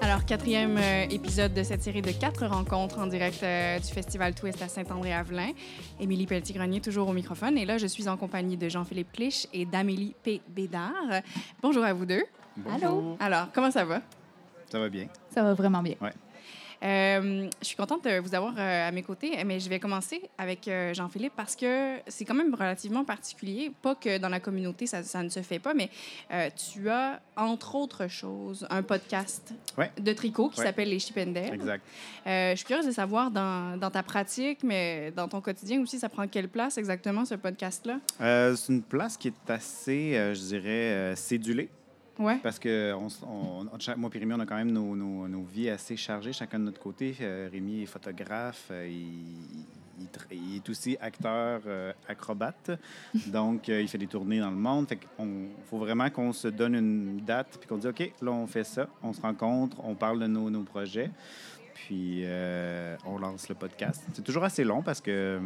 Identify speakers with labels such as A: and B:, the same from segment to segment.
A: Alors, quatrième euh, épisode de cette série de quatre rencontres en direct euh, du Festival Twist à Saint-André-Avelin. Émilie Pelletier-Grenier, toujours au microphone. Et là, je suis en compagnie de Jean-Philippe Clich et d'Amélie P. Bédard. Bonjour à vous deux.
B: Allô?
A: Alors, comment ça va?
B: Ça va bien.
C: Ça va vraiment bien.
A: Euh, je suis contente de vous avoir euh, à mes côtés, mais je vais commencer avec euh, Jean-Philippe parce que c'est quand même relativement particulier. Pas que dans la communauté, ça, ça ne se fait pas, mais euh, tu as, entre autres choses, un podcast
B: Ouais.
A: de tricot qui
B: Ouais.
A: s'appelle Les Chipendales.
B: Exact.
A: Euh, je suis curieuse de savoir dans, dans ta pratique, mais dans ton quotidien aussi, ça prend quelle place exactement ce podcast-là?
B: Euh, c'est une place qui est assez, euh, je dirais, euh, cédulée.
A: Ouais.
B: Parce que on, s- on- on- chaque- moi et Rémi, on a quand même nos, nos- nos vies assez chargées, chacun de notre côté. Euh, Rémi est photographe, euh, il, il tra- il est aussi acteur euh, acrobate. Donc, euh, il fait des tournées dans le monde. Fait qu'on faut vraiment qu'on se donne une date puis qu'on dit, OK, là, on fait ça. On se rencontre, on parle de nos, nos projets. Puis, euh, on lance le podcast. C'est toujours assez long parce que...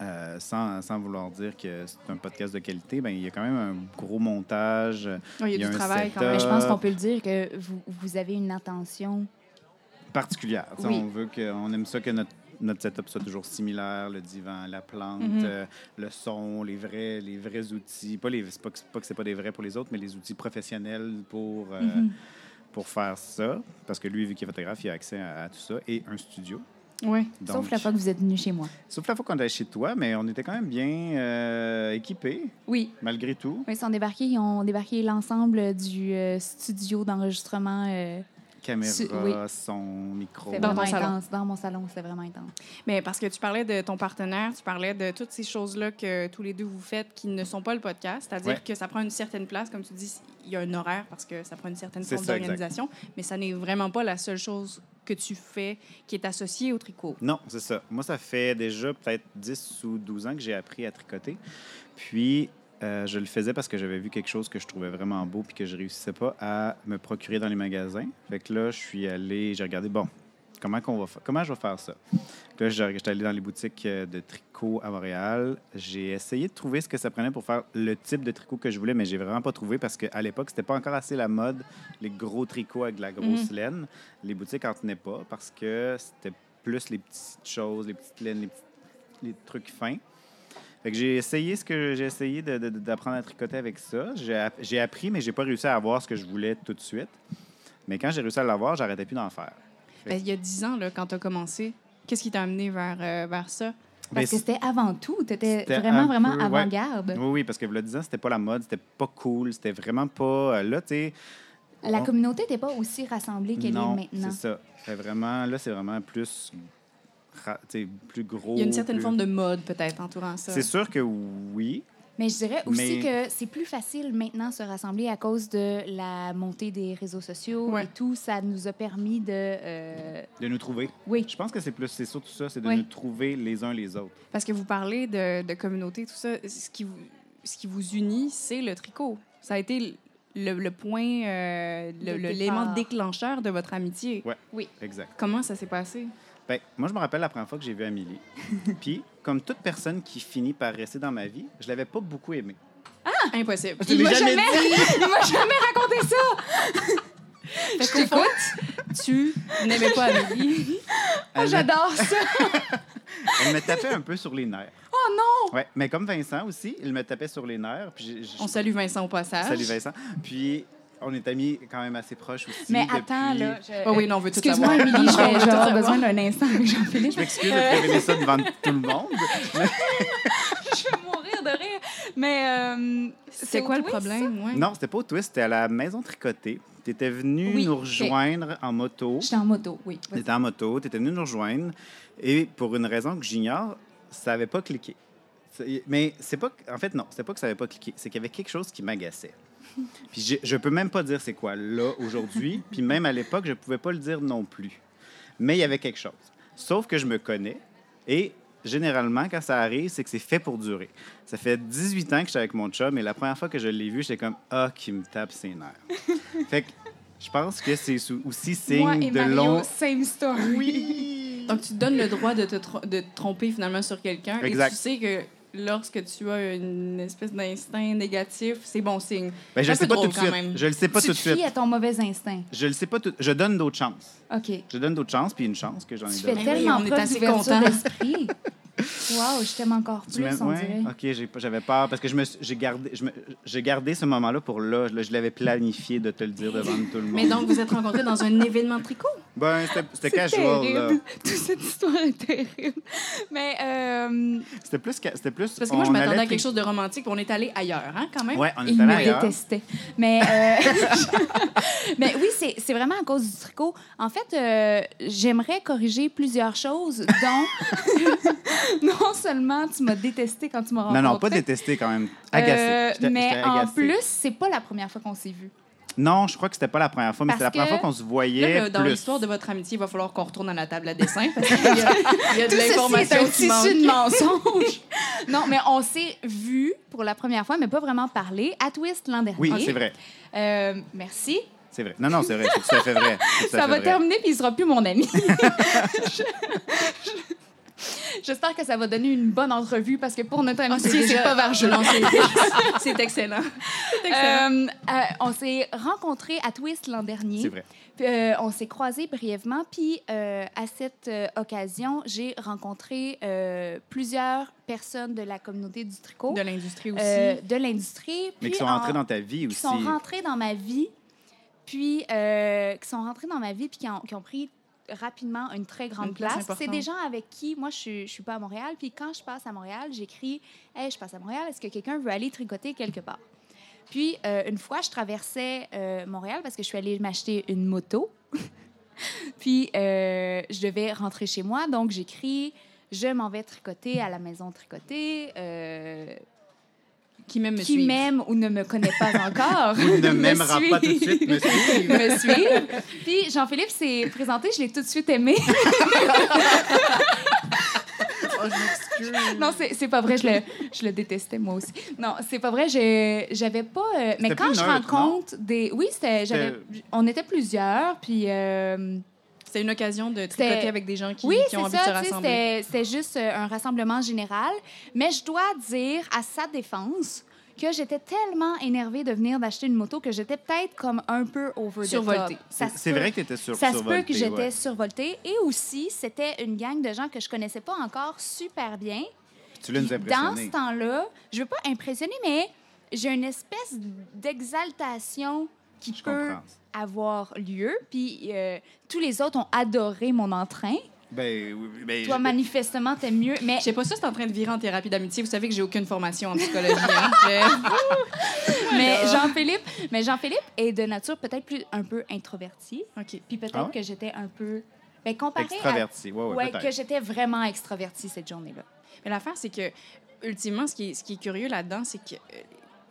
B: euh, sans, sans vouloir dire que c'est un podcast de qualité, ben, il y a quand même un gros montage,
A: Oh, il y a, du
B: un
A: travail quand
B: setup.
A: même.
C: Mais je pense qu'on peut le dire que vous, vous avez une attention.
B: particulière. Tu sais,
C: Oui.
B: On veut que, on aime ça que notre notre setup soit toujours similaire, le divan, la plante,
A: Mhm.
B: euh, le son, les vrais, les vrais outils. Pas les, c'est pas, que- pas que c'est pas des vrais pour les autres, mais les outils professionnels pour euh,
C: Mhm.
B: pour faire ça. Parce que lui, vu qu'il est photographe, il a accès à, à tout ça et un studio.
A: Ouais.
C: Sauf
B: Donc-
C: la fois que vous êtes venu chez moi.
B: sauf la fois qu'on était chez toi, mais on était quand même bien euh, équipés
C: Oui.
B: malgré tout.
C: Ils sont débarqués, ils ont débarqué l'ensemble du euh, studio d'enregistrement. euh,
B: Caméra,
C: Su- oui.
B: son, micro.
C: c'était
A: Dans
C: vraiment
A: ton salon.
C: intense. Dans mon salon, c'était vraiment intense.
A: Mais parce que tu parlais de ton partenaire, tu parlais de toutes ces choses-là que tous les deux vous faites qui ne sont pas le podcast, c'est-à-dire
B: Ouais.
A: que ça prend une certaine place, comme tu dis, il y a un horaire parce que ça prend une certaine
B: C'est
A: forme
B: ça, exact.
A: d'organisation, mais ça n'est vraiment pas la seule chose que tu fais qui est associée au tricot.
B: Non, c'est ça. Moi, ça fait déjà peut-être 10 ou 12 ans que j'ai appris à tricoter. Puis, euh, je le faisais parce que j'avais vu quelque chose que je trouvais vraiment beau puis que je réussissais pas à me procurer dans les magasins. Fait que là, je suis allé, j'ai regardé, bon, comment, qu'on va fa- comment je vais faire ça? Puis Là, j'ai- j'étais allé dans les boutiques euh, de tricot à Montréal. J'ai essayé de trouver ce que ça prenait pour faire le type de tricot que je voulais, mais j'ai vraiment pas trouvé parce qu'à l'époque, c'était pas encore assez la mode, les gros tricots avec de la grosse laine. Les boutiques en tenaient pas parce que c'était plus les petites choses, les petites laines, les, petits- les trucs fins. Fait que j'ai essayé ce que j'ai essayé de- de- de- d'apprendre à tricoter avec ça. J'ai app- J'ai appris, mais j'ai pas réussi à avoir ce que je voulais tout de suite. Mais quand j'ai réussi à l'avoir, j'arrêtais plus d'en faire.
A: Ben, il y a dix ans, là, quand tu as commencé, qu'est-ce qui t'a amené vers, euh, vers ça?
B: Ben,
C: Parce que c'était avant tout. Tu étais
B: c'était
C: vraiment,
B: un
C: vraiment
B: peu- ouais.
C: avant-garde.
B: Oui, oui, parce que le 10 ans, c'était pas la mode, c'était pas cool, c'était vraiment pas. euh, Là, tu sais.
C: La
B: on-
C: communauté n'était pas aussi rassemblée qu'elle est
B: Non,
C: maintenant.
B: c'est ça. Fait vraiment, là, c'est vraiment plus. ra- tu sais, plus gros.
A: Il y a une certaine
B: plus-
A: forme de mode peut-être entourant ça.
B: C'est sûr que oui.
C: Mais je dirais aussi
B: Mais-
C: que c'est plus facile maintenant de se rassembler à cause de la montée des réseaux sociaux
A: Ouais.
C: et tout. Ça nous a permis de... euh,
B: De nous trouver.
C: Oui.
B: Je pense que c'est plus. C'est surtout ça, c'est de
C: Oui.
B: nous trouver les uns les autres.
A: Parce que vous parlez de, de communauté, tout ça, ce qui vous, ce qui vous unit, c'est le tricot. Ça a été le, le point, euh, le-
C: Le
A: le-
C: départ.
A: l'élément déclencheur de votre amitié.
B: Ouais.
C: Oui.
B: Exact.
A: Comment ça s'est passé?
B: Ben, moi, je me rappelle la première fois que j'ai vu Amélie. Puis, comme toute personne qui finit par rester dans ma vie, je l'avais pas beaucoup aimée.
C: Ah!
A: Impossible.
B: Je l'ai
A: m'a
B: jamais
C: Oh,
A: dit.
C: Il m'a jamais raconté ça!
A: Je t'écoute. tu n'aimais pas Amélie.
C: Ah,
B: Elle m'a-
C: J'adore ça!
B: Elle me tapait un peu sur les nerfs.
C: Oh
B: Ouais, mais comme Vincent aussi, il me tapait sur les nerfs. Puis j'ai- j'ai-
A: On salue Vincent au passage.
B: Salut Vincent. Puis on est amis quand même assez proches aussi.
C: Mais
B: depuis-
C: attends, là. je-
A: Oh oui, non, on veut tout
C: Excuse-moi,
A: savoir.
C: Émilie, je
A: On veut
C: vais- je
A: tout
C: vais avoir
A: savoir.
C: besoin d'un instant avec Jean-Philippe. Euh,
B: Je m'excuse de te révéler ça devant tout le monde.
C: je vais mourir de rire. Mais. euh,
A: C'est quoi
C: au
A: le
C: twist, ça?
A: problème? Ouais.
B: Non, c'était pas au twist, c'était à la maison tricotée. Tu étais venu
C: Oui,
B: nous
C: ok.
B: rejoindre en moto.
C: J'étais en moto, oui.
B: Tu en moto, tu étais venu nous rejoindre. Et pour une raison que j'ignore, ça avait pas cliqué. C'est- Mais c'est pas. que- En fait, non, c'était pas que ça avait pas cliqué. C'est qu'il y avait quelque chose qui m'agaçait. Puis je, je peux même pas dire c'est quoi là aujourd'hui. Puis même à l'époque, je pouvais pas le dire non plus. Mais il y avait quelque chose. Sauf que je me connais et généralement, quand ça arrive, c'est que c'est fait pour durer. Ça fait 18 ans que je suis avec mon chum et la première fois que je l'ai vu, j'étais comme Ah, qui me tape ses nerfs. fait que je pense que c'est sou- aussi signe
C: Moi et
B: de
C: Mario,
B: long.
C: same story.
B: Oui! Ben,
A: Donc, tu te donnes le droit de te, tro- de te tromper finalement sur quelqu'un. Et
B: Exact.
A: tu sais que lorsque tu as une espèce d'instinct négatif, c'est bon signe.
B: Ben, je
A: un
B: le sais
A: peu
B: pas
A: drôle,
B: tout de
A: quand
B: suite.
A: même.
B: Je le sais pas
C: tu
B: tout de
C: te fies
B: suite.
C: à ton mauvais instinct.
B: Je le sais pas tout. Je donne d'autres chances.
C: OK. Tu
B: Je donne d'autres chances, puis une chance que j'en ai
C: fais
B: donné.
A: tel-
C: tellement
A: on est
C: preuve
A: assez
C: d'ouverture
A: content.
C: d'esprit. Wow, je t'aime encore plus,
B: Tu m'aimes-
C: on
B: ouais, Ah,
C: dirait.
B: ok, j'ai- j'avais peur parce que je me suis- j'ai gardé, je me- j'ai gardé ce moment-là pour là. Je, je l'avais planifié de te le dire devant tout le monde.
A: Mais donc, vous êtes rencontrés dans un événement de tricot?
B: Ben, c'était- c'était casual,
C: terrible.
B: là.
C: Toute cette histoire est terrible. Mais euh,
B: C'était plus. ca- C'était plus
A: Parce que moi, je
B: on
A: m'attendais
B: allait
A: à quelque
B: tri-
A: chose de romantique, puis on est allé ailleurs, hein, quand même?
B: Ouais, on
C: il
B: était
C: me
B: allé ailleurs.
C: détestait. Mais, euh, mais oui, c'est c'est vraiment à cause du tricot. En fait, euh, j'aimerais corriger plusieurs choses, dont non seulement tu m'as détesté quand tu m'as
B: Non,
C: rencontré.
B: non, pas détesté quand même. Agacé.
C: Euh,
B: J'étais-
C: mais
B: j'étais
C: en
B: agacé.
C: plus, c'est pas la première fois qu'on s'est vu.
B: Non, je crois que c'était pas la première fois, mais
C: Parce
B: c'était la première
C: que-
B: fois qu'on se voyait
A: Là, le- dans
B: plus.
A: l'histoire de votre amitié, il va falloir qu'on retourne à la table à dessin parce qu'il y a, il y a de
C: Tout ceci est un
A: l'information qui
C: tissu
A: manque.
C: de mensonges. non, mais on s'est vu pour la première fois, mais pas vraiment parlé, à Twist l'an dernier.
B: Oui, c'est vrai.
C: Euh, merci.
B: C'est vrai. Non, non, c'est vrai. C'est tout à fait vrai. C'est tout à
C: Ça
B: fait
C: va
B: vrai.
C: terminer, puis il sera plus mon ami. Je- je- J'espère que ça va donner une bonne entrevue, parce que pour notre
A: Ah,
C: amitié,
A: c'est
C: c'est
A: déjà-
C: pas
A: Non,
C: vargelant.
A: c'est- C'est excellent. C'est excellent.
C: Euh, euh, on s'est rencontrés à Twist l'an dernier.
B: C'est vrai.
C: Puis, euh, on s'est croisés brièvement, puis euh, à cette euh, occasion, j'ai rencontré euh, plusieurs personnes de la communauté du tricot,
A: de l'industrie aussi.
C: euh, de l'industrie.
B: Mais
C: puis
B: qui sont
C: en-
B: rentrés dans ta vie
C: qui
B: aussi.
C: sont rentrés dans ma vie, puis euh, qui sont rentrés dans ma vie, puis qui ont, qui ont pris rapidement une très grande
A: Une place
C: place. C'est
A: importante.
C: des gens avec qui, moi, je suis- je suis pas à Montréal, puis quand je passe à Montréal, j'écris « Hey, je passe à Montréal, est-ce que quelqu'un veut aller tricoter quelque part? » Puis, euh, une fois, je traversais euh, Montréal parce que je suis allée m'acheter une moto. puis, euh, je devais rentrer chez moi, donc j'écris « Je m'en vais tricoter à la maison tricoter. Euh,
A: qui même me
C: qui
A: suivent.
C: m'aime ou ne me connaît pas encore
B: Ou ne
C: me
B: m'aimera pas tout de
C: suit.
B: suite, me suivre.
C: me suivre. Puis Jean-Philippe s'est présenté, je l'ai tout de suite aimé.
B: Oh, je m'excuse.
C: Non, c'est c'est pas vrai, je le, je le détestais moi aussi. Non, c'est pas vrai, je- j'avais pas. euh, mais
B: C'était
C: quand
B: plus
C: je
B: neutre,
C: rencontre des. Oui, c'était. j'avais- On était plusieurs, puis. euh,
A: C'était une occasion de
C: C'était-
A: tricoter avec des gens qui,
C: oui,
A: qui ont
C: c'est
A: envie
C: ça,
A: de
C: tu
A: se
C: sais,
A: rassembler.
C: c'était- c'était juste euh, un rassemblement général. Mais je dois dire, à sa défense, que j'étais tellement énervée de venir d'acheter une moto que j'étais peut-être comme un peu over the
A: Survoltée.
C: top. Ça
B: C'est-
C: se
B: C'est
C: peut.
B: vrai que tu étais sur
C: Ça se peut
B: survoltée,
C: que j'étais
B: ouais.
C: survoltée. Et aussi, c'était une gang de gens que je connaissais pas encore super bien.
B: Tu l'as nous
C: Puis Dans ce
B: impressionné.
C: temps-là, je veux pas impressionner, mais j'ai une espèce d'exaltation qui
B: Je
C: peut
B: comprends.
C: avoir lieu. Puis euh, tous les autres ont adoré mon entrain.
B: Ben, oui, oui, ben,
C: Toi,
B: je-
C: manifestement, t'aimes mieux. Mais
A: Je sais pas ça, c'est en train de virer en thérapie d'amitié. Vous savez que j'ai aucune formation en psychologie. hein. Je-
C: Mais Jean-Philippe, mais Jean-Philippe est de nature peut-être plus un peu introverti,
A: OK.
C: puis peut-être
B: Ah ouais?
C: que j'étais un peu ben comparé
B: Extraverti, ouais,
C: à
B: ouais,
C: Ouais,
B: peut-être.
C: que j'étais vraiment extraverti cette journée-là.
A: Mais l'affaire, c'est que, ultimement, ce qui est, ce qui est curieux là-dedans, c'est que, euh,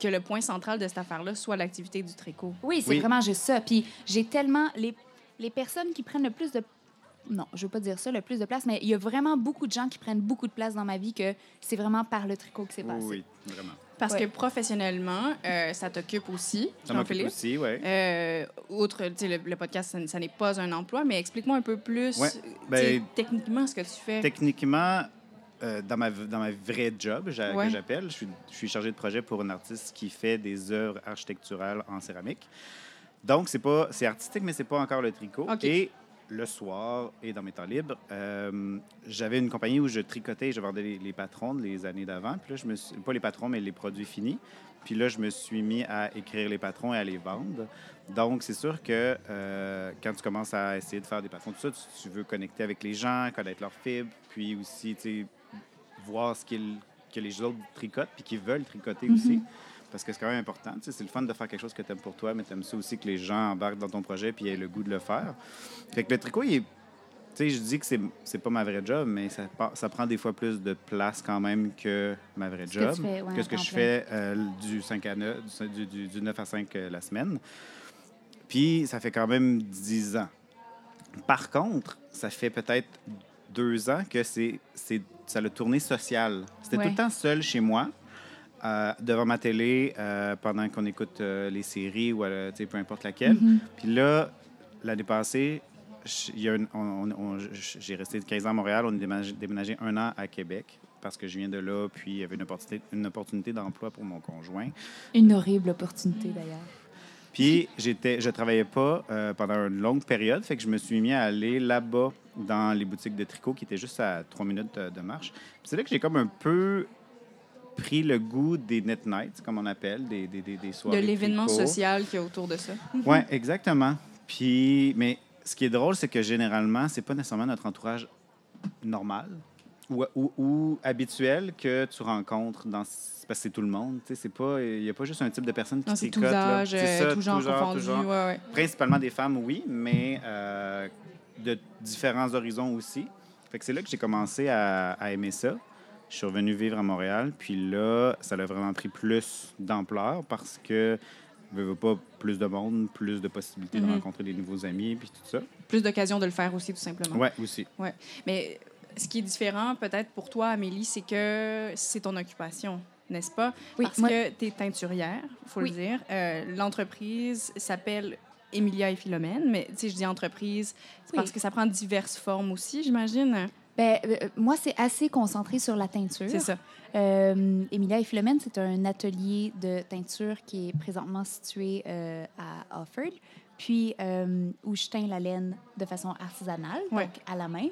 A: que le point central de cette affaire-là soit l'activité du tricot.
C: Oui, c'est
B: Oui.
C: vraiment juste ça. Puis j'ai tellement les les personnes qui prennent le plus de non, je veux pas dire ça, le plus de place, mais il y a vraiment beaucoup de gens qui prennent beaucoup de place dans ma vie que c'est vraiment par le tricot que c'est
B: oui,
C: passé.
B: oui, vraiment.
A: Parce
C: Ouais.
A: que professionnellement, euh, ça t'occupe aussi,
B: Ça m'occupe
A: Jean-Philippe.
B: aussi, oui.
A: Euh, outre, tu sais, le, le podcast, ça, n- ça n'est pas un emploi, mais explique-moi un peu plus euh,
B: Ouais,
A: tu sais,
B: ben-
A: techniquement ce que tu fais.
B: Techniquement, euh, dans, ma, dans ma vraie job, j'a-
A: Ouais.
B: que j'appelle, je suis, je suis chargé de projet pour une artiste qui fait des œuvres architecturales en céramique. Donc, c'est pas c'est artistique, mais c'est pas encore le tricot.
A: OK.
B: Et le soir et dans mes temps libres, euh, j'avais une compagnie où je tricotais et je vendais les, les patrons les années d'avant. Puis là, je me suis, pas les patrons, mais les produits finis. Puis là, je me suis mis à écrire les patrons et à les vendre. Donc, c'est sûr que euh, quand tu commences à essayer de faire des patrons, tout ça, tu, tu veux connecter avec les gens, connaître leurs fibres, puis aussi, tu sais, voir ce qu'ils- que les autres tricotent, puis qu'ils veulent tricoter aussi. Parce que c'est quand même important. tu sais, C'est le fun de faire quelque chose que tu aimes pour toi, mais tu aimes ça aussi que les gens embarquent dans ton projet puis aient le goût de le faire. Fait que le tricot, il est. Tu sais, je dis que c'est, c'est pas ma vraie job, mais ça, pa- ça prend des fois plus de place quand même que ma vraie
C: Ce que
B: job.
C: tu fais, ouais,
B: que ce que
C: en
B: je
C: plein.
B: fais euh, du, 5 à 9, du, du- du 9 à 5 euh, la semaine. Puis ça fait quand même 10 ans. Par contre, ça fait peut-être deux ans que c'est, c'est, ça a tourné social. C'était
C: Ouais.
B: tout le temps seul chez moi, euh, devant ma télé, euh, pendant qu'on écoute euh, les séries ou euh, tu sais, peu importe laquelle. Puis là, l'année passée, j- il y a une- on- on- on- j- j'ai resté 15 ans à Montréal, on est déménagé, déménagé un an à Québec. parce que je viens de là, puis il y avait une opportunité, une opportunité d'emploi pour mon conjoint.
C: Une horrible opportunité, d'ailleurs.
B: Puis j'étais, je travaillais pas euh, pendant une longue période, fait que je me suis mis à aller là-bas dans les boutiques de tricot qui étaient juste à trois minutes euh, de marche. Puis c'est là que j'ai comme un peu pris le goût des net nights, comme on appelle, des, des, des, des
A: de
B: soirées
A: l'événement
B: tricot.
A: social qu'il y a autour de ça.
B: Oui, exactement. Puis, mais ce qui est drôle, c'est que généralement, c'est pas nécessairement notre entourage normal ou, ou- ou habituel que tu rencontres dans. Parce que c'est tout le monde, tu sais, c'est pas... Il n'y a pas juste un type de personne qui
A: Non, c'est tout
B: tricote, là.
A: âge,
B: C'est
A: euh,
B: ça,
A: tout genre confondu. ouais, ouais.
B: Principalement des femmes, oui, mais euh, de différents horizons aussi. Fait que c'est là que j'ai commencé à, à aimer ça. Je suis revenu vivre à Montréal, puis là, ça a vraiment pris plus d'ampleur parce que veux, veux pas plus de monde, plus de possibilités
A: Mhm.
B: de rencontrer des nouveaux amis, puis tout ça.
A: Plus d'occasions de le faire aussi, tout simplement.
B: Ouais, aussi.
A: Mais ce qui est différent, peut-être pour toi, Amélie, c'est que c'est ton occupation, n'est-ce pas?
C: Oui,
A: Parce
C: moi-
A: que tu es teinturière, il faut
C: Oui.
A: le dire. Euh, L'entreprise s'appelle Emilia et Philomène, mais tu sais, je dis entreprise, c'est
C: Oui.
A: parce que ça prend diverses formes aussi, j'imagine.
C: Ben, euh, moi, c'est assez concentré sur la teinture.
A: C'est ça.
C: Euh, Emilia et Philomène, c'est un atelier de teinture qui est présentement situé euh, à Offord, puis euh, où je teins la laine de façon artisanale,
A: Ouais.
C: donc à la main.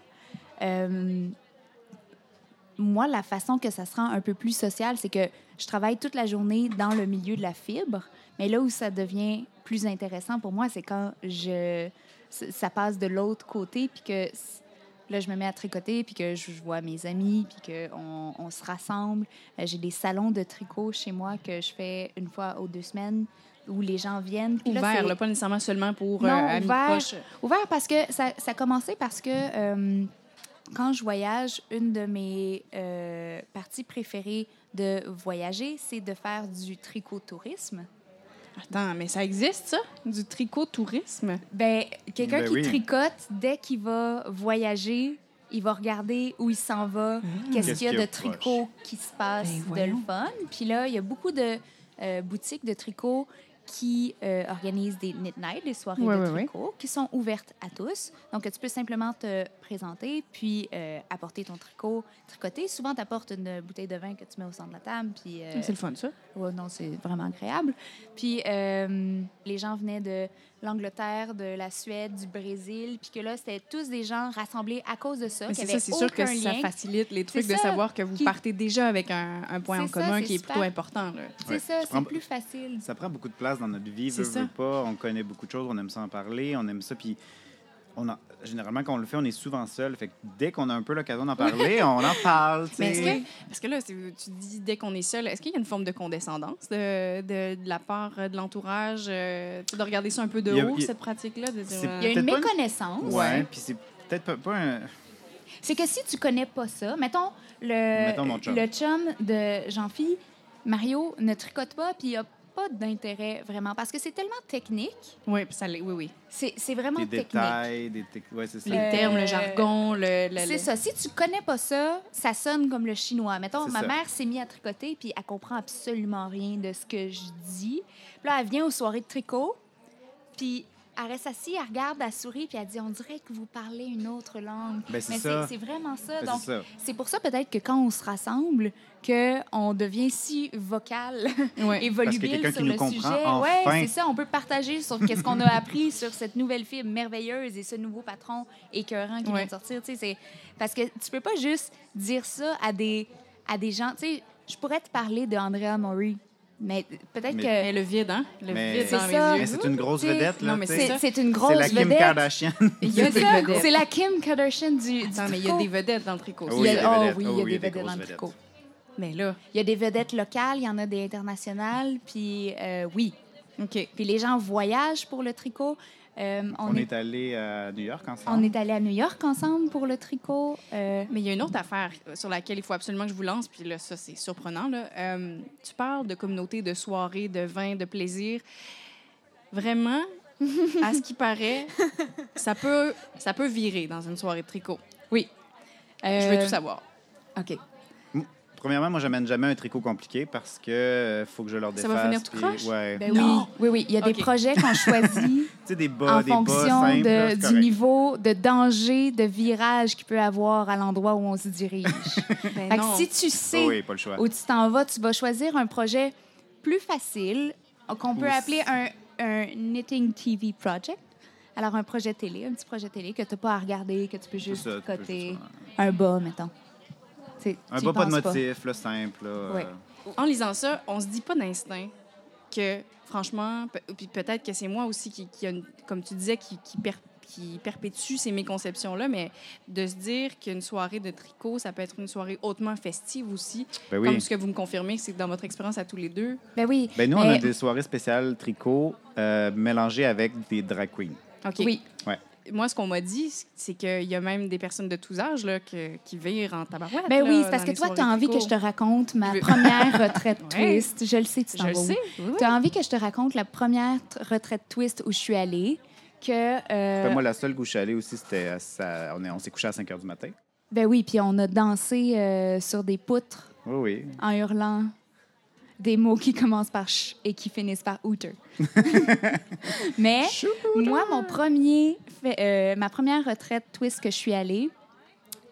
C: Euh, moi, la façon que ça se rend un peu plus social, c'est que je travaille toute la journée dans le milieu de la fibre, mais là où ça devient plus intéressant pour moi, c'est quand je c- ça passe de l'autre côté, puis que c- là, je me mets à tricoter, puis que je je vois mes amis, puis qu'on on se rassemble. Euh, J'ai des salons de tricot chez moi que je fais une fois aux deux semaines, où les gens viennent. Puis là,
A: Ouvert,
C: c'est-
A: là, pas nécessairement seulement pour
C: Non,
A: euh, amis
C: ouvert.
A: proches.
C: Ouvert parce que ça, ça a commencé parce que euh, quand je voyage, une de mes euh, parties préférées de voyager, c'est de faire du tricotourisme.
A: Attends, mais ça existe, ça? Du tricot-tourisme?
C: Ben, quelqu'un
B: Ben
C: qui
B: oui.
C: tricote, dès qu'il va voyager, il va regarder où il s'en va, qu'est-ce
B: Qu'est-ce
C: qu'il y a
B: qu'il y a
C: de tricot qui se passe
A: Ah. Ben,
C: de le
A: voyons.
C: fun. Puis là, il y a beaucoup de euh, boutiques de tricot qui euh, organisent des knit night, des soirées
A: Ouais,
C: de
A: ouais, ouais.
C: tricot, qui sont ouvertes à tous. Donc, tu peux simplement te présenter, puis euh, apporter ton tricot, tricoter. Souvent, tu apportes une bouteille de vin que tu mets au centre de la table, puis... euh,
A: C'est le fun, ça.
C: Ouais, non, c'est vraiment agréable. Puis euh, les gens venaient de l'Angleterre, de la Suède, du Brésil, puis que là, c'était tous des gens rassemblés à cause de ça.
A: Mais c'est
C: qu'il y
A: ça,
C: avait
A: c'est sûr que
C: aucun
A: ça
C: lien.
A: facilite les trucs
C: C'est
A: de
C: ça,
A: savoir que vous
C: qui-
A: partez déjà avec un, un point en
C: C'est ça,
A: commun
C: c'est
A: qui est
C: super.
A: plutôt important. là.
C: C'est
B: Ouais,
C: ça,
B: tu
C: c'est
B: prends-
C: plus facile.
B: Ça prend beaucoup de place dans notre vie,
A: C'est
B: veut,
A: ça.
B: veut pas. On connaît beaucoup de choses, on aime ça en parler, on aime ça. Puis, on en- généralement, quand on le fait, on est souvent seul. Fait que dès qu'on a un peu l'occasion d'en parler, on en parle. tu
A: Mais est-ce
B: sais.
A: que, parce que là, c'est- tu dis dès qu'on est seul, est-ce qu'il y a une forme de condescendance de, de, de la part euh, de l'entourage, euh, tu sais, de regarder ça un peu de
B: Il y a-
A: haut,
B: il y a-
A: cette pratique-là? de dire,
B: C'est-
A: euh,
C: Il y a une
B: Peut-être pas une-
C: méconnaissance.
B: Ouais, puis c'est peut-être pas, pas un.
C: C'est que si tu connais pas ça, mettons le,
B: Mettons mon chum.
C: le chum de Jean-Phi, Mario, ne tricote pas, puis il a pas d'intérêt vraiment, parce que c'est tellement technique.
A: Oui, puis ça l'est, oui, oui.
C: C'est c'est vraiment
B: Des
C: technique.
B: détails, des tec- ouais, c'est ça.
A: Les
C: Euh,
A: termes, le jargon, le... le-
C: C'est
A: le-
C: ça. Si tu connais pas ça, ça sonne comme le chinois. Mettons,
B: C'est
C: ma
B: ça.
C: mère s'est mise à tricoter puis elle comprend absolument rien de ce que je dis. Puis là, elle vient aux soirées de tricot, puis elle reste assise, elle regarde, elle sourit, puis elle dit On dirait que vous parlez une autre langue.
B: Ben, c'est
C: Mais
B: ça.
C: c'est vraiment ça.
B: Ben,
C: Donc, euh,
B: c'est ça.
C: c'est pour ça peut-être que quand on se rassemble, que on devient si vocal
A: Ouais.
C: et
B: Parce qu'il y a
C: volubile
B: quelqu'un
C: sur
B: qui
C: le
B: nous comprend
C: sujet.
B: enfin.
C: Ouais, c'est ça. On peut partager sur qu'est-ce qu'on a appris sur cette nouvelle fibre merveilleuse et ce nouveau patron écœurant qui vient
A: Ouais.
C: de sortir. Tu sais, c'est- parce que tu peux pas juste dire ça à des à des gens. Tu sais, je pourrais te parler de Andrea Mori, mais peut-être
B: Mais-
A: Mais
C: que
A: le vide, hein? Le
B: Mais-
A: vide dans
C: C'est
A: mes
C: ça.
B: Mais
A: yeux.
B: c'est une grosse
C: T'sais,
B: vedette, là.
A: non, mais
B: t'sais.
A: c'est
C: c'est c'est une grosse
B: C'est la Kim
C: vedette.
B: Kardashian.
A: Il y a des
C: Ça,
A: vedettes.
C: C'est la Kim Kardashian du, du
A: Attends, mais il y a
C: tricot.
A: des vedettes dans le tricot.
B: Ah
A: aussi.
B: oui,
C: Il y
B: il y
C: a-
B: a des
C: oh,
B: vedettes.
C: oui,
B: Ah
C: il y a
B: oui,
C: des
B: des
C: vedettes
B: grosses
C: dans le
B: vedettes.
C: tricot.
A: Mais là,
C: Il y a des vedettes locales, il y en a des internationales, puis euh, oui.
A: OK.
C: Puis les gens voyagent pour le tricot. Euh, on,
B: On,
C: est,
B: est allé à New York ensemble.
C: on est allé à New York ensemble pour le tricot. Euh,
A: Mais il y a une autre affaire euh, sur laquelle il faut absolument que je vous lance, puis là, ça, c'est surprenant. là. Euh, tu parles de communauté, de soirée, de vin, de plaisir. Vraiment, à ce qui paraît, ça peut, ça peut virer dans une soirée de tricot.
C: oui.
A: Je veux tout savoir.
C: OK.
B: premièrement, moi, j'amène jamais un tricot compliqué parce que euh, faut que je leur défasse.
A: Ça va finir tout
B: puis-
A: croche?
B: Ouais.
C: Ben
A: Non.
C: oui, oui, oui. Il y a
A: OK.
C: des projets qu'on choisit
B: Tu sais, des bas,
C: en
B: des bas
C: fonction
B: simples.
C: de-
B: là, c'est
C: du
B: correct.
C: niveau de danger, de virage qu'il peut avoir à l'endroit où on se dirige.
A: Ben
C: Fait que
A: non.
C: si tu
B: Ah
C: sais
B: oui, pas le choix.
C: où tu t'en vas, tu vas choisir un projet plus facile euh, qu'on peut
B: Ou-
C: appeler un, un Knitting TV Project. Alors, un projet télé, un petit projet télé que tu n'as pas à regarder, que tu peux juste
B: ça, tu peux
C: côté.
B: juste, ouais.
C: Un bas, mettons. Tu-
B: Un
C: tu y
B: bas pas de
C: penses
B: motif, là, simple. là,
C: Oui.
B: euh,
A: En lisant ça, on se dit pas d'instinct que, franchement, pe- puis peut-être que c'est moi aussi qui, qui a une- comme tu disais, qui, qui per- qui perpétue ces méconceptions-là, mais de se dire qu'une soirée de tricot, ça peut être une soirée hautement festive aussi,
B: Ben
A: comme
B: oui.
A: ce que vous me confirmez, c'est que dans votre expérience à tous les deux.
C: Ben oui.
B: Ben nous, on a
C: Mais-
B: des soirées spéciales tricot euh, mélangées avec des drag queens.
A: OK.
C: Oui.
A: Moi, ce qu'on m'a dit, c'est qu'il y a même des personnes de tous âges là, que- qui virent en tabarouette.
C: Ben
A: là,
C: oui, c'est parce
A: dans
C: que
A: les
C: toi,
A: soirées
C: tu as envie
A: tricot.
C: que je te raconte ma
A: Je veux-
C: première retraite
A: Ouais.
C: twist. Je le sais, tu t'en
A: Je le
C: vas où.
A: sais. oui, oui.
C: Tu as envie que je te raconte la première t- retraite twist où je suis allée, que... euh,
B: Après, moi, la seule où je suis allée aussi, c'était à sa- on, est- on s'est couché à 5 h du matin.
C: ben oui, puis on a dansé euh, sur des poutres
B: Oui, oui.
C: en hurlant des mots qui commencent par ch et qui finissent par outer. Mais moi, mon premier, fait- euh, ma première retraite twist que je suis allée,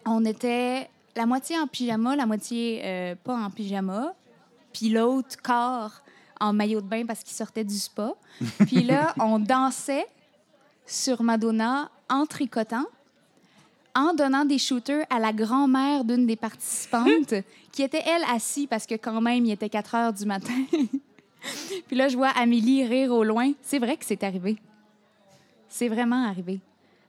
C: on était la moitié en pyjama, la moitié euh, pas en pyjama, puis l'autre corps en maillot de bain parce qu'il sortait du spa. Puis là, on dansait sur Madonna en tricotant, en donnant des shooters à la grand-mère d'une des participantes, qui était, elle, assise parce que quand même, il était 4 heures du matin. Puis là, je vois Amélie rire au loin. C'est vrai que c'est arrivé. C'est vraiment arrivé.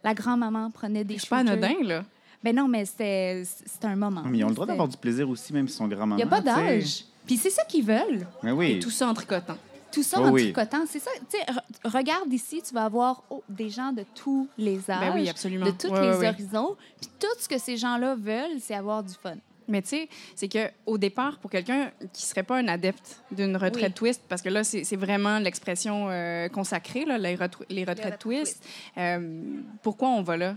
C: La grand-maman prenait des
A: C'est pas
C: shooters.
A: anodin, là.
C: Ben non, mais c'était c'était un moment.
B: Mais ils ont le droit d'avoir du plaisir aussi, même si sont
C: Ah, Il
B: grands-mamans.
C: n'y a pas
B: tu sais.
C: d'âge. Puis c'est ça qu'ils veulent.
B: Ben
A: Et
B: oui.
A: tout ça en tricotant.
C: Tout ça
B: Oh
C: en
B: oui.
C: tricotant. C'est ça. Tu sais, re- regarde ici, tu vas avoir oh, des gens de tous les âges,
A: Ben oui, absolument.
C: de tous
A: Ouais,
C: les
A: ouais, ouais.
C: horizons. Puis tout ce que ces gens-là veulent, c'est avoir du fun.
A: Mais tu sais, c'est que au départ, pour quelqu'un qui serait pas un adepte d'une retraite
C: Oui.
A: twist, parce que là, c'est c'est vraiment l'expression euh, consacrée, là, les, retru- les retraites
C: retraite
A: twist, euh, pourquoi on va là?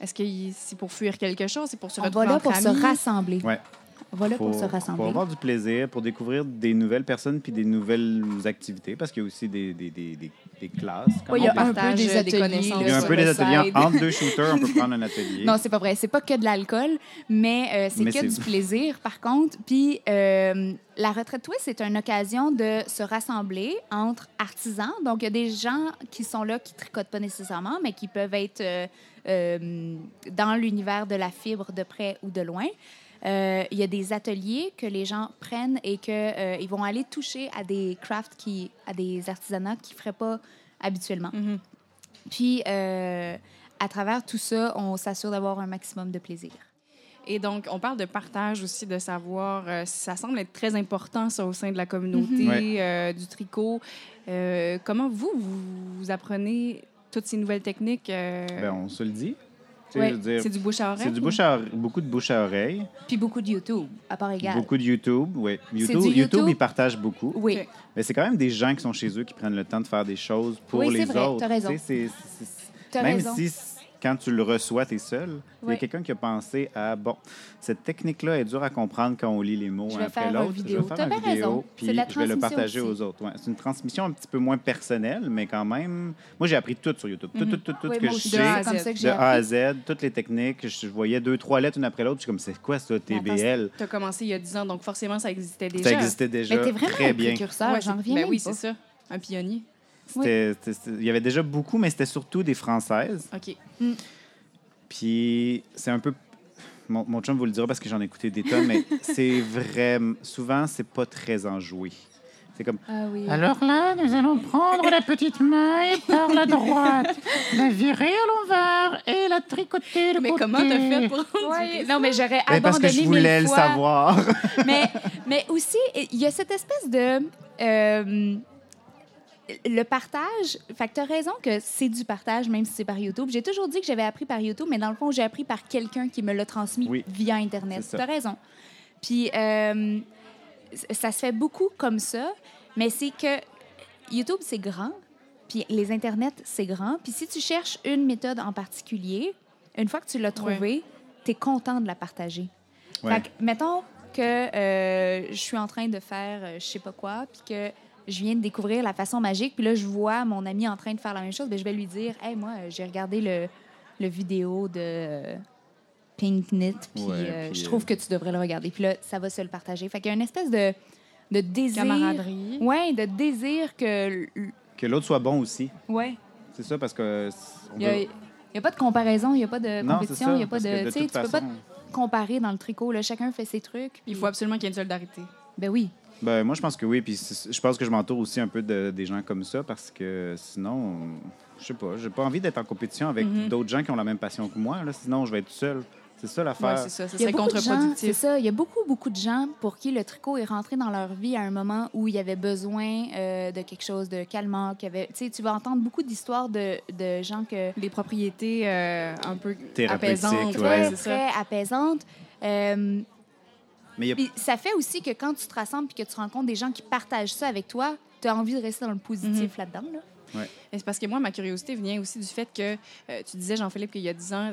A: Est-ce que y- c'est pour fuir quelque chose? C'est pour se
C: On va
A: retrouver
C: là
A: entre
C: pour se
A: amis?
C: rassembler.
B: Ouais.
C: On va là pour se
B: pour
C: rassembler.
B: avoir du plaisir, pour découvrir des nouvelles personnes puis des nouvelles activités, parce qu'il y a aussi des, des, des, des, des classes. comme
C: Oui, il y a
B: on peut
C: un
B: appeler
C: peu des
A: Partage des
C: ateliers.
A: connaissances.
B: ça. Il y a un
A: sur
B: peu
A: le
B: des ateliers.
A: side.
B: Entre deux shooters, on peut prendre un atelier.
C: Non, c'est pas vrai. C'est pas que de l'alcool, mais euh, c'est
B: Mais
C: que
B: c'est-
C: du plaisir, par contre. Puis euh, la retraite twist, c'est une occasion de se rassembler entre artisans. Donc, il y a des gens qui sont là, qui tricotent pas nécessairement, mais qui peuvent être euh, euh, dans l'univers de la fibre de près ou de loin. Euh, Il y a des ateliers que les gens prennent et que euh, ils vont aller toucher à des crafts, qui, à des artisanats qu'ils ne feraient pas habituellement.
A: Mhm.
C: Puis, euh, à travers tout ça, on s'assure d'avoir un maximum de plaisir.
A: Et donc, on parle de partage aussi, de savoir. euh, ça semble être très important, ça, au sein de la communauté
B: Mhm.
A: euh, du tricot. Euh, comment vous, vous, vous apprenez toutes ces nouvelles techniques? euh,
B: Ben, on se le dit. Tu sais,
C: Ouais,
B: je veux dire,
A: c'est du bouche à oreille?
B: c'est du bouche à oreille- beaucoup de bouche à oreille,
C: Puis beaucoup de YouTube, à part égale.
B: beaucoup de YouTube. Oui,
C: du
B: YouTube,
C: YouTube.
B: YouTube, ils partagent beaucoup.
C: Oui.
A: Ok.
B: Mais c'est quand même des gens qui sont chez eux qui prennent le temps de faire des choses pour
C: Oui, c'est
B: les
C: vrai,
B: autres.
C: t'as raison.
B: Tu sais, c'est- c'est-
C: T'as
B: même
C: raison.
B: si c- quand tu le reçois, tu es seul, il y
C: Oui.
B: a quelqu'un qui a pensé à bon, cette technique-là est dure à comprendre quand on lit les mots
C: Je
B: un
C: vais
B: après
C: faire
B: l'autre.
C: une vidéo.
B: Je vais
C: T'as
B: faire une
C: bien
B: vidéo,
C: raison. C'est de
B: puis
C: la
B: je vais le
C: transmission
B: partager aux
C: aussi.
B: autres. Ouais, c'est une transmission un petit peu moins personnelle, mais quand même. Moi, j'ai appris tout sur YouTube. Tout,
A: Mhm.
B: tout, tout, tout
C: Oui,
B: que
C: moi
B: je
C: aussi,
A: de
B: sais.
A: A à
C: c'est comme
A: Z.
C: ça que
B: De
C: j'ai
B: A à
C: appris.
B: Z, toutes les techniques. Je voyais deux, trois lettres une après l'autre. Je suis comme, c'est quoi ça,
C: Mais attends,
B: TBL?
A: Tu as commencé il y a 10 ans, donc forcément, ça existait déjà.
B: Ça existait déjà
C: Mais t'es vraiment
B: très
C: un
B: bien.
C: précurseur,
A: Ouais,
C: j'en
A: c'est-
C: reviens
A: ben
C: même
A: oui,
C: pas.
A: c'est ça. Un pionnier.
C: Oui.
B: C'était- c'était- c'était- Il y avait déjà beaucoup, mais c'était surtout des Françaises.
A: OK.
B: Puis c'est un peu. Mon, mon chum vous le dira parce que j'en ai écouté des tonnes, mais c'est vraiment. Souvent, c'est pas très enjoué. C'est comme.
C: Ah oui.
D: Alors là, nous allons prendre la petite maille par la droite, la virer à l'envers et la tricoter de
A: Mais
D: côté.
A: comment t'as fait pour...
C: Ouais, non, mais j'aurais
B: Ben,
C: abandonné
B: parce que je
C: mille
B: voulais le
C: fois.
B: savoir.
C: mais, mais aussi, il y a cette espèce de... euh, le partage, fait que t'as raison que c'est du partage, même si c'est par YouTube. J'ai toujours dit que j'avais appris par YouTube, mais dans le fond, j'ai appris par quelqu'un qui me l'a transmis
B: Oui,
C: via Internet.
B: c'est ça.
C: T'as raison. Puis, euh, c- ça se fait beaucoup comme ça, mais c'est que YouTube, c'est grand, puis les Internets, c'est grand. Puis si tu cherches une méthode en particulier, une fois que tu l'as trouvée, t'es content de la partager.
B: Ouais.
C: Fait que, mettons, que euh, je suis en train de faire euh, je sais pas quoi, puis que je viens de découvrir la façon magique, puis là, je vois mon ami en train de faire la même chose, ben, je vais lui dire Hey, moi, euh, j'ai regardé le, le vidéo de euh, Pink Knit, puis
B: Ouais,
C: euh,
B: puis,
C: je
B: euh,
C: trouve que tu devrais le regarder. Puis là, ça va se le partager. Fait qu'il y a une espèce de, de désir.
A: Camaraderie.
C: Ouais, de désir que. l-
B: Que l'autre soit bon aussi.
C: Ouais.
B: C'est ça, parce que. euh, on
C: Il y a,
B: veut-
C: il y a pas de comparaison, il n'y a pas de
B: Non, c'est
C: compétition,
B: ça,
C: il n'y a pas
B: parce
C: de.
B: que de
C: tu sais,
B: toute
C: tu peux pas
B: façon-
C: te comparer dans le tricot. Là. Chacun fait ses trucs.
A: Il
C: puis-
A: faut absolument qu'il y ait une solidarité.
C: Ben oui.
B: Ben, moi, je pense que oui. Puis c'est- je pense que je m'entoure aussi un peu de, des gens comme ça parce que sinon, je sais pas, j'ai pas envie d'être en compétition avec
C: Mm-hmm.
B: d'autres gens qui ont la même passion que moi. Là, sinon, je vais être tout seul. C'est ça
A: Ouais,
B: l'affaire.
A: c'est ça. Ça
C: Il y a
A: serait
C: beaucoup de gens- C'est
A: contre-productif.
C: ça. Il y a beaucoup, beaucoup de gens pour qui le tricot est rentré dans leur vie à un moment où il y avait besoin euh, de quelque chose de calmant. qu'il y avait- Tu sais, tu vas entendre beaucoup d'histoires de, de gens que.
A: Des propriétés euh, un peu
B: Thérapeutiques,
A: apaisantes.
B: ouais.
A: ouais,
C: Très,
A: c'est ça.
C: très apaisantes. Euh,
B: Mais il y a-
C: puis ça fait aussi que quand tu te rassembles puis que tu rencontres des gens qui partagent ça avec toi, tu as envie de rester dans le
B: Mhm.
C: positif là-dedans. là.
A: Mais C'est parce que moi, ma curiosité vient aussi du fait que euh, tu disais, Jean-Philippe, qu'il y a 10 ans,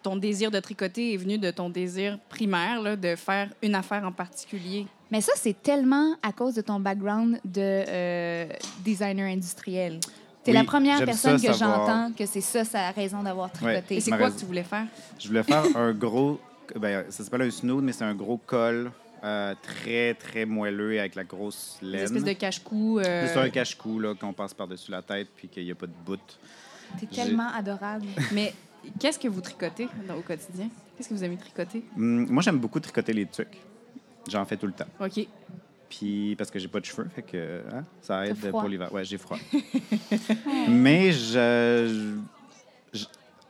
A: ton désir de tricoter est venu de ton désir primaire là, de faire une affaire en particulier.
C: Mais ça, c'est tellement à cause de ton background de euh, designer industriel. T'es
B: Oui,
C: la première
B: j'aime
C: personne
B: ça
C: que
B: savoir.
C: j'entends que c'est ça sa raison d'avoir tricoté.
A: Et c'est
B: Ma
A: quoi
B: rais-
A: que tu voulais faire?
B: Je voulais faire un gros. Ben, ça s'appelle un snood, mais c'est un gros col euh, très, très moelleux avec la grosse
A: Des
B: laine.
A: espèces de cache-cou. euh,
B: Juste un cache-cou là, qu'on passe par-dessus la tête puis qu'il n'y a pas de bout.
C: T'es
B: J'ai-
C: tellement adorable.
A: Mais qu'est-ce que vous tricotez dans- au quotidien? Qu'est-ce que vous aimez tricoter?
B: Hum, moi, j'aime beaucoup tricoter les trucs. J'en fais tout le temps.
A: OK.
B: Puis parce que j'ai pas de cheveux, fait que hein, ça aide
C: froid.
B: pour l'hiver. Ouais, j'ai froid. Mais je, je-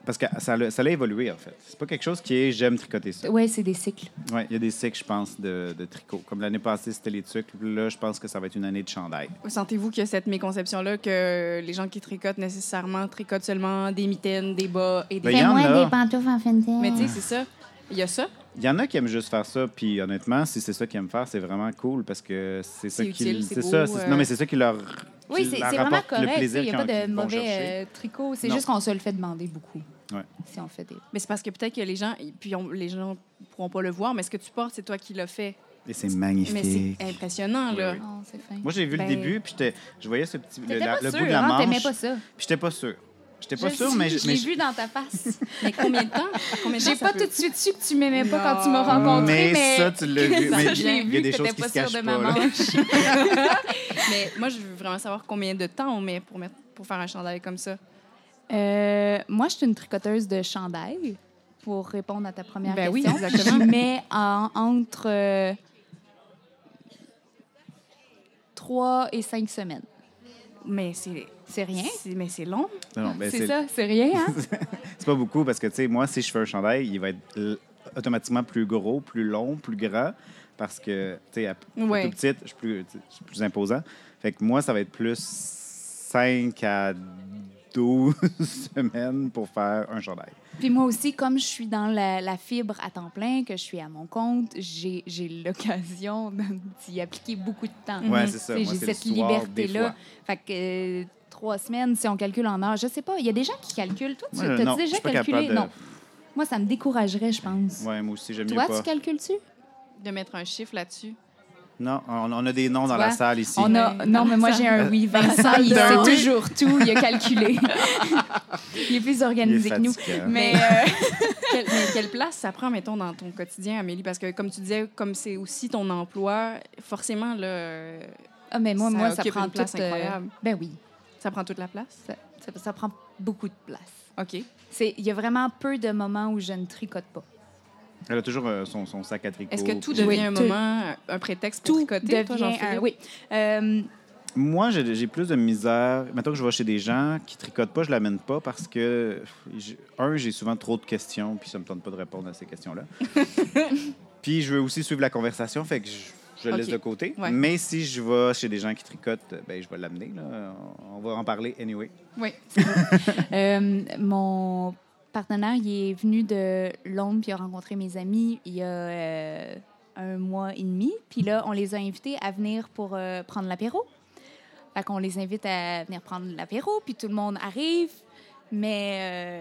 B: parce que ça l'a ça l'a évolué en fait. C'est pas quelque chose qui est j'aime tricoter ça.
C: Ouais, c'est des cycles.
B: Ouais, il y a des cycles je pense de, de tricot. Comme l'année passée c'était les tucs, là je pense que ça va être une année de chandail.
A: Sentez-vous que cette méconception-là, que les gens qui tricotent nécessairement tricotent seulement des mitaines, des bas et des...
B: Ben, il y en a.
C: pantoufles en fin
A: Mais tu sais, c'est ça. Il y a ça.
B: Il y en a qui aiment juste faire ça, puis honnêtement, si c'est ça qu'ils aiment faire, c'est vraiment cool parce que c'est ça
A: C'est utile,
B: qui
A: c'est
B: c'est
A: beau,
B: ça, c'est-
A: euh.
B: non mais c'est ça qui leur
C: Oui,
B: qui
C: c'est
B: leur
C: c'est vraiment
B: apporte le
C: correct. Il
B: plaisir
C: n'y a pas
B: qu'ils-
C: de
B: qu'ils vont chercher.
C: mauvais euh, tricot. C'est
B: Non.
C: juste qu'on se le fait demander beaucoup.
B: Ouais.
C: Si on fait des...
A: Mais c'est parce que peut-être que les gens, et puis on- les gens pourront pas le voir, mais ce que tu portes, c'est toi qui l'as fait.
C: euh,
B: Et c'est
A: Mais
B: magnifique.
A: c'est impressionnant, là.
B: Oui,
C: Oh, c'est fin.
B: Moi, j'ai vu
A: Ben-
B: le début, puis j'étais- je voyais ce petit, le,
C: T'étais
B: la-
C: pas
B: le
C: sûre,
B: bout de la
C: hein?
B: manche.
C: T'aimais pas ça.
B: Puis j'étais pas sûr. J'étais pas
C: Je
B: sûr,
C: le
B: mais,
C: sais,
B: mais
C: je l'ai vu dans ta face.
A: Mais combien de temps? Combien de temps
C: J'ai
A: ça
C: pas
A: peut-
C: tout de suite su que tu m'aimais pas quand tu m'as
A: Non.
C: rencontré, mais...
B: Mais ça, tu l'as vu.
C: Ça,
B: Mais il
C: je
B: y
C: l'ai
B: a
C: vu,
B: des choses
C: t'étais
B: qui
C: pas
B: se cachent
C: sûre de
B: pas,
C: ma
B: là.
C: manche.
A: Mais moi, je veux vraiment savoir combien de temps on met pour, mettre, pour faire un chandail comme ça.
C: Euh, moi, je suis une tricoteuse de chandail pour répondre à ta première
A: Ben oui,
C: question.
A: exactement.
C: Je mets en- entre euh, 3 et 5 semaines.
A: Mais c'est...
C: C'est rien.
A: c'est- Mais c'est long.
B: Non, non, mais
C: c'est
B: Ben, c'est
C: ça, c'est rien, hein?
B: c'est pas beaucoup parce que, tu sais, moi, si je fais un chandail, il va être l- automatiquement plus gros, plus long, plus grand parce que, tu sais, à p-
A: Ouais.
B: plus petite, je suis plus, tu sais, je suis plus imposant. Fait que moi, ça va être plus 5 à 12 semaines pour faire un chandail.
C: Puis moi aussi, comme je suis dans la, la fibre à temps plein, que je suis à mon compte, j'ai j'ai l'occasion de- d'y appliquer beaucoup de temps.
B: Ouais, c'est ça.
C: Mhm. Tu sais,
B: Moi,
C: J'ai
B: c'est le
C: cette
B: soir, des
C: liberté-là.
B: fois.
C: Fait que euh, trois semaines, si on calcule en heures, je sais pas. Il y a des gens qui calculent. Toi, tu
B: Moi,
C: as
B: non, je
C: déjà
B: suis pas
C: calculé?
B: capable de-
C: Non. Moi, ça me découragerait, je pense.
B: Ouais, moi aussi, j'aime mieux
C: Toi,
B: pas.
C: tu calcules-tu?
A: De mettre un chiffre là-dessus.
B: Non, on, on a des noms dans
C: vois,
B: la salle ici.
C: On a... Non, mais moi, j'ai un oui. Vincent, il sait
B: Dans-
C: toujours tout. Il a calculé. il est plus
B: Il est hein.
C: organisé que nous.
B: fatigant.
C: Mais euh,
A: Quelle, mais quelle place ça prend, mettons, dans ton quotidien, Amélie? Parce que, comme tu disais, comme c'est aussi ton emploi, forcément, là, euh,
C: ah, mais moi,
A: Ça
C: moi, ça
A: occupe
C: prend
A: une place
C: toute, euh,
A: incroyable.
C: Ben oui.
A: ça prend toute la place.
C: Ça, ça- ça prend beaucoup de place.
A: OK.
C: C'est- Il y a vraiment peu de moments où je ne tricote pas.
B: Elle a toujours euh, son, son sac à tricot.
A: Est-ce que tout
B: puis-
A: devient
C: Oui,
A: un
C: tout.
A: moment, euh, un prétexte pour
C: Tout
A: tricoter, toi,
C: devient
A: Jean-Philippe?
C: un- Oui. Euh,
B: Moi, j'ai j'ai plus de misère. Maintenant que je vais chez des gens qui tricotent pas, je l'amène pas parce que, je- un, j'ai souvent trop de questions, puis ça me tente pas de répondre à ces questions-là. puis je veux aussi suivre la conversation, fait que je, je le
A: Ok.
B: laisse de côté.
A: Ouais.
B: Mais si je vais chez des gens qui tricotent, ben, je vais l'amener. là. On va en parler anyway.
A: Oui.
C: Euh, mon partenaire, il est venu de Londres, puis il a rencontré mes amis il y a euh, un mois et demi. Puis là, on les a invités à venir pour euh, prendre l'apéro. Fait qu'on les invite à venir prendre l'apéro, puis tout le monde arrive, met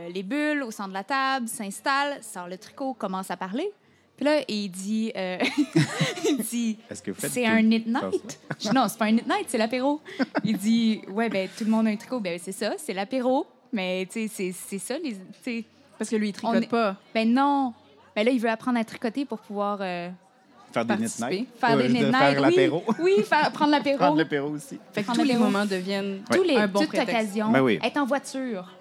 C: euh, les bulles au centre de la table, s'installe, sort le tricot, commence à parler. Puis là, il dit, euh, il dit,
B: Est-ce que vous faites
C: c'est
B: tout-
C: un knit
B: Pense pas.
C: night. Je dis, non, c'est pas un knit night, c'est l'apéro. Il dit, ouais, ben tout le monde a un tricot. Ben c'est ça, c'est l'apéro. Mais tu sais, c'est- c'est ça, les. tu sais.
A: Parce que lui, il
C: On
A: tricote
C: est-
A: pas.
C: Ben non. Ben là, il veut apprendre à tricoter pour pouvoir euh,
B: Faire des knit
A: participer,
B: night.
C: faire
B: Euh,
C: des
B: de
C: knit night.
B: Faire
C: oui,
B: l'apéro.
C: Oui, faire- prendre l'apéro.
B: Prendre l'apéro aussi.
A: Fait que
C: Prendre
A: tous les
C: l'apéro.
A: moments deviennent
C: Tous les,
A: un bon
C: toutes
A: prétexte.
C: occasions.
B: Ben oui.
C: Être en voiture.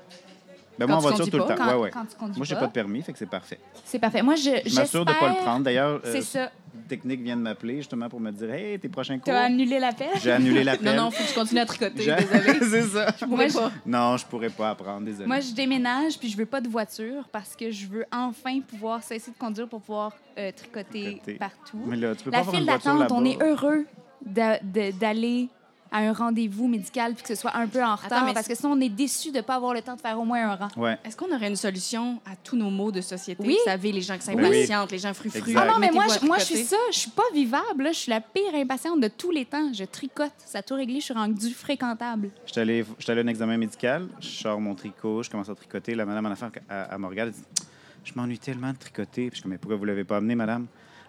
B: Ben, moi, en
A: Quand tu
B: voiture tout le
A: conduis
B: temps.
A: pas,
C: quand,
B: ouais, ouais.
C: quand tu conduis
B: Moi, j'ai
C: pas,
B: pas de permis, fait que c'est parfait.
C: c'est parfait. Moi, je,
B: Je m'assure de pas le
C: j'espère-
B: prendre. D'ailleurs, euh,
C: C'est ça.
B: Technique vient de m'appeler justement pour me dire Hey, tes prochains cours.
C: T'as annulé l'appel.
B: J'ai annulé
A: Non,
B: l'appel.
A: non, faut que je continue à tricoter.
B: J'ai-
A: Désolée.
B: c'est ça.
A: Je pourrais
C: Moi,
A: pas.
B: Non, je pourrais pas apprendre, désolé.
C: Moi, je déménage puis je veux pas de voiture parce que je veux enfin pouvoir cesser de conduire pour pouvoir euh, tricoter,
B: Tricoter.
C: partout.
B: Mais là, tu peux pas
C: La
B: avoir une
C: file
B: voiture
C: d'attente, on est
B: là-bas.
C: heureux d'a- de- d'aller à un rendez-vous médical puis que ce soit un peu en retard
A: mais
C: parce que sinon on est déçu de pas avoir le temps de faire au moins un rang.
B: Ouais.
A: Est-ce qu'on aurait une solution à tous nos maux de société?
C: Oui.
A: Vous savez, les gens qui
B: Oui.
A: s'impatientent, les gens frufrus.
B: Exact.
C: Ah non, mais moi,
A: mettez-vous à
C: je, moi, je suis
A: tricoter.
C: ça. Je suis pas vivable. là. Je suis la pire impatiente de tous les temps. Je tricote. Ça a tout réglé. Je suis rendue fréquentable.
B: Je suis allé j'étais allé à un examen médical, je sors mon tricot, je commence à tricoter. La madame en affaires à, à me regarde, elle dit Je m'ennuie tellement de tricoter. Puis je suis comme Mais pourquoi vous l'avez pas amené, madame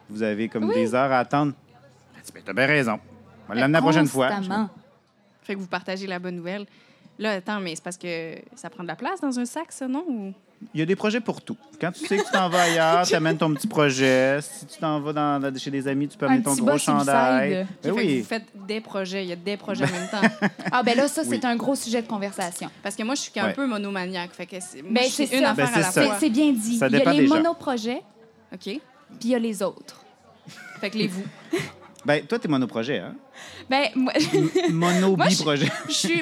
B: Vous avez comme des heures à attendre. Elle dit Mais t'as bien raison. On va l'amener la prochaine fois. Je suis comme,
C: Constamment.
A: Fait que vous partagez la bonne nouvelle. Là, attends, mais c'est parce que ça prend de la place dans un sac, ça, non? Ou-
B: Il y a des projets pour tout. Quand tu sais que tu t'en vas ailleurs, tu amènes ton petit projet. Si tu t'en vas dans, dans- chez des amis, tu peux
C: Un
B: amener ton
C: petit
B: gros
C: bas suicide.
B: chandail.
A: Ok,
B: Ben
A: fait que
B: oui.
A: vous faites des projets. Il y a des projets en même temps.
C: Ah, ben là, ça, c'est
B: Oui.
C: un gros sujet de conversation.
A: Parce que moi, je suis un
B: Ouais.
A: peu monomaniaque. Fait que c'est, moi,
C: Ben,
A: je suis
C: c'est
A: une
C: ça.
A: affaire
B: Ben,
A: à
B: c'est
A: la
B: ça.
C: C'est
A: fois.
C: c'est bien dit.
B: Ça
C: Il y a
B: dépend
C: les
B: des gens.
C: monoprojets,
A: OK.
C: puis il y a les autres.
A: Fait que les vous.
B: Ben, toi, t'es monoprojet, hein?
C: Ben, moi, Moi, je-
B: Mono-bi-projet.
C: je suis, je suis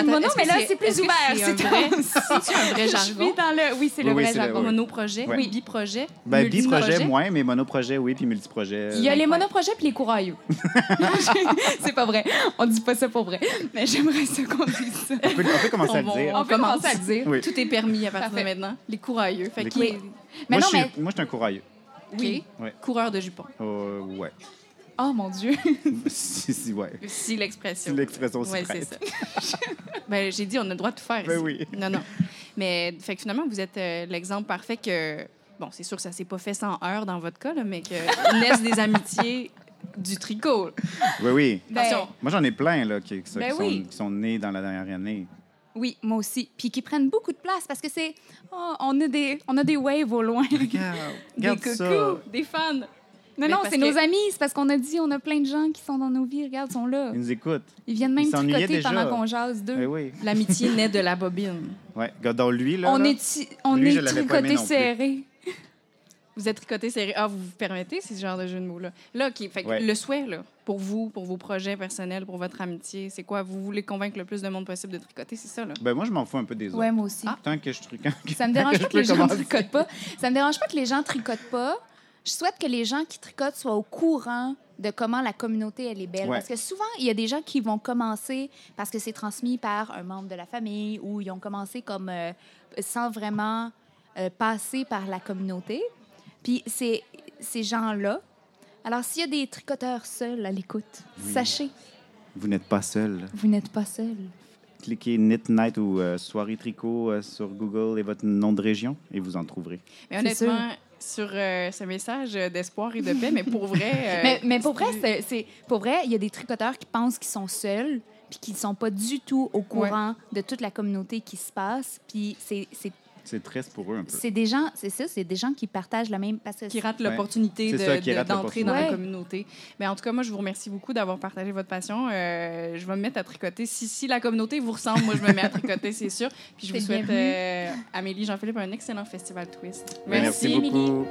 A: Attends,
C: mono,
A: est-ce
C: mais
A: que
C: là,
A: c'est-
C: c'est plus
A: est-ce que
C: ouvert.
A: c'est un
C: C'est
A: vrai-
C: un-
A: C'est un vrai
C: Je suis
A: jargon.
C: dans le... Oui, c'est le
B: Oui, oui,
C: vrai
B: c'est le-
C: jargon.
B: oui.
A: Monoprojet,
B: Ouais.
A: oui. biprojet,
B: Ben,
A: multiprojet.
B: bi-projet, euh, moins, mais monoprojet, oui, puis multiprojet.
C: Il y a les monoprojets puis les courailleux. c'est pas vrai. On dit pas ça pour vrai. Mais j'aimerais ça qu'on dise ça.
B: On peut, on peut commencer à le
A: On va-
B: dire.
C: On
A: on
C: peut
A: commence.
C: commencer à le dire.
B: Oui.
A: Tout est permis à partir
C: Parfait.
A: de maintenant. Les courailleux. Fait
B: Les
A: qu'il-
C: courailleux.
B: moi,
C: Mais non,
B: je suis,
C: mais...
B: moi, je suis un courailleux.
A: Oui.
B: Ouais.
A: Coureur de jupons.
B: Euh, ouais.
C: Oh, mon Dieu.
B: si, si, ouais.
A: Si
B: Si
A: l'expression.
B: l'expression s'y
A: Ouais, c'est
B: prête.
A: ça. ben, j'ai dit, on a le droit de tout faire.
B: Ben
A: ici.
B: oui.
A: Non, non. Mais fait que finalement, vous êtes euh, l'exemple parfait que, bon, c'est sûr que ça s'est pas fait sans heure dans votre cas, là, mais que naissent des amitiés du tricot.
B: Oui, oui.
C: Ben,
A: Attention.
B: Moi, j'en ai plein, là, qui, qui- qui
C: Ben
B: sont,
C: oui.
B: qui sont nés dans la dernière année.
C: Oui, moi aussi. Puis qui prennent beaucoup de place parce que c'est... oh, on, a des... on a des waves au loin.
B: Regarde,
A: Des
B: regarde ça.
A: coucous, des fans.
C: Non,
A: Mais
C: non,
A: parce
C: c'est
A: que-
C: nos amis. C'est parce qu'on a dit, on a plein de gens qui sont dans nos vies. Regarde, ils sont là.
B: Ils nous écoutent.
C: Ils viennent même
B: Ils s'ennuyaient
C: tricoter
B: déjà.
C: pendant qu'on jase d'eux.
B: Ben oui.
A: L'amitié naît de la bobine.
B: Ouais. Regarde, dans lui, là.
C: On
B: là,
C: est, on
B: Lui, je
C: est
B: l'avais pas aimé
C: tricoté
B: non plus.
C: serré.
A: Vous êtes tricoté serré. Ah, vous vous permettez ce genre de jeu de mots-là. Là, OK. Fait que
B: Ouais.
A: le souhait, là, pour vous, pour vos projets personnels, pour votre amitié, c'est quoi? Vous voulez convaincre le plus de monde possible de tricoter, c'est ça, là?
B: Ben moi, je m'en fous un peu des autres.
C: Ouais, moi aussi.
B: Tant que je truc. quand-
C: Ça me
B: tant
C: dérange
B: je
C: pas que
B: peux
C: les gens
B: commencer.
C: tricotent pas. Ça me dérange pas que les gens tricotent pas. Je souhaite que les gens qui tricotent soient au courant de comment la communauté elle est belle
B: Ouais.
C: parce que souvent il y a des gens qui vont commencer parce que c'est transmis par un membre de la famille ou ils ont commencé comme euh, sans vraiment euh, passer par la communauté. Puis c'est ces gens-là. Alors s'il y a des tricoteurs seuls à l'écoute,
B: Oui.
C: sachez,
B: Vous n'êtes pas seul.
C: vous n'êtes pas seuls.
B: Cliquez Knit Night ou euh, Soirée Tricot euh, sur Google et votre nom de région et vous en trouverez.
A: Mais
C: C'est
A: honnêtement, sur euh, ce message d'espoir et de paix, mais pour vrai. euh,
C: Mais, mais pour vrai,
A: c'est-
C: c'est- c'est pour vrai, il y a des tricoteurs qui pensent qu'ils sont seuls puis qu'ils ne sont pas du tout au courant de toute la communauté qui se passe. Puis c'est- c'est
B: C'est triste pour eux un peu.
C: c'est des gens, c'est ça, c'est des gens qui partagent la même parce que
A: qui
C: c'est-
A: rate
B: Ouais.
A: l'opportunité
B: C'est
A: de-
B: ça, qui
A: de-
B: rate
A: d'entrer dans la
C: l'opportunité.
A: communauté. Mais en tout cas, moi, je vous remercie beaucoup d'avoir partagé votre passion. Euh, je vais me mettre à tricoter. Si, si la communauté vous ressemble, moi, je me mets à tricoter, c'est sûr. Puis je vous
C: T'es
A: souhaite,
C: bienvenue.
A: euh, Amélie, Jean-Philippe, un excellent festival Twist.
B: Ben,
C: Merci,
B: beaucoup.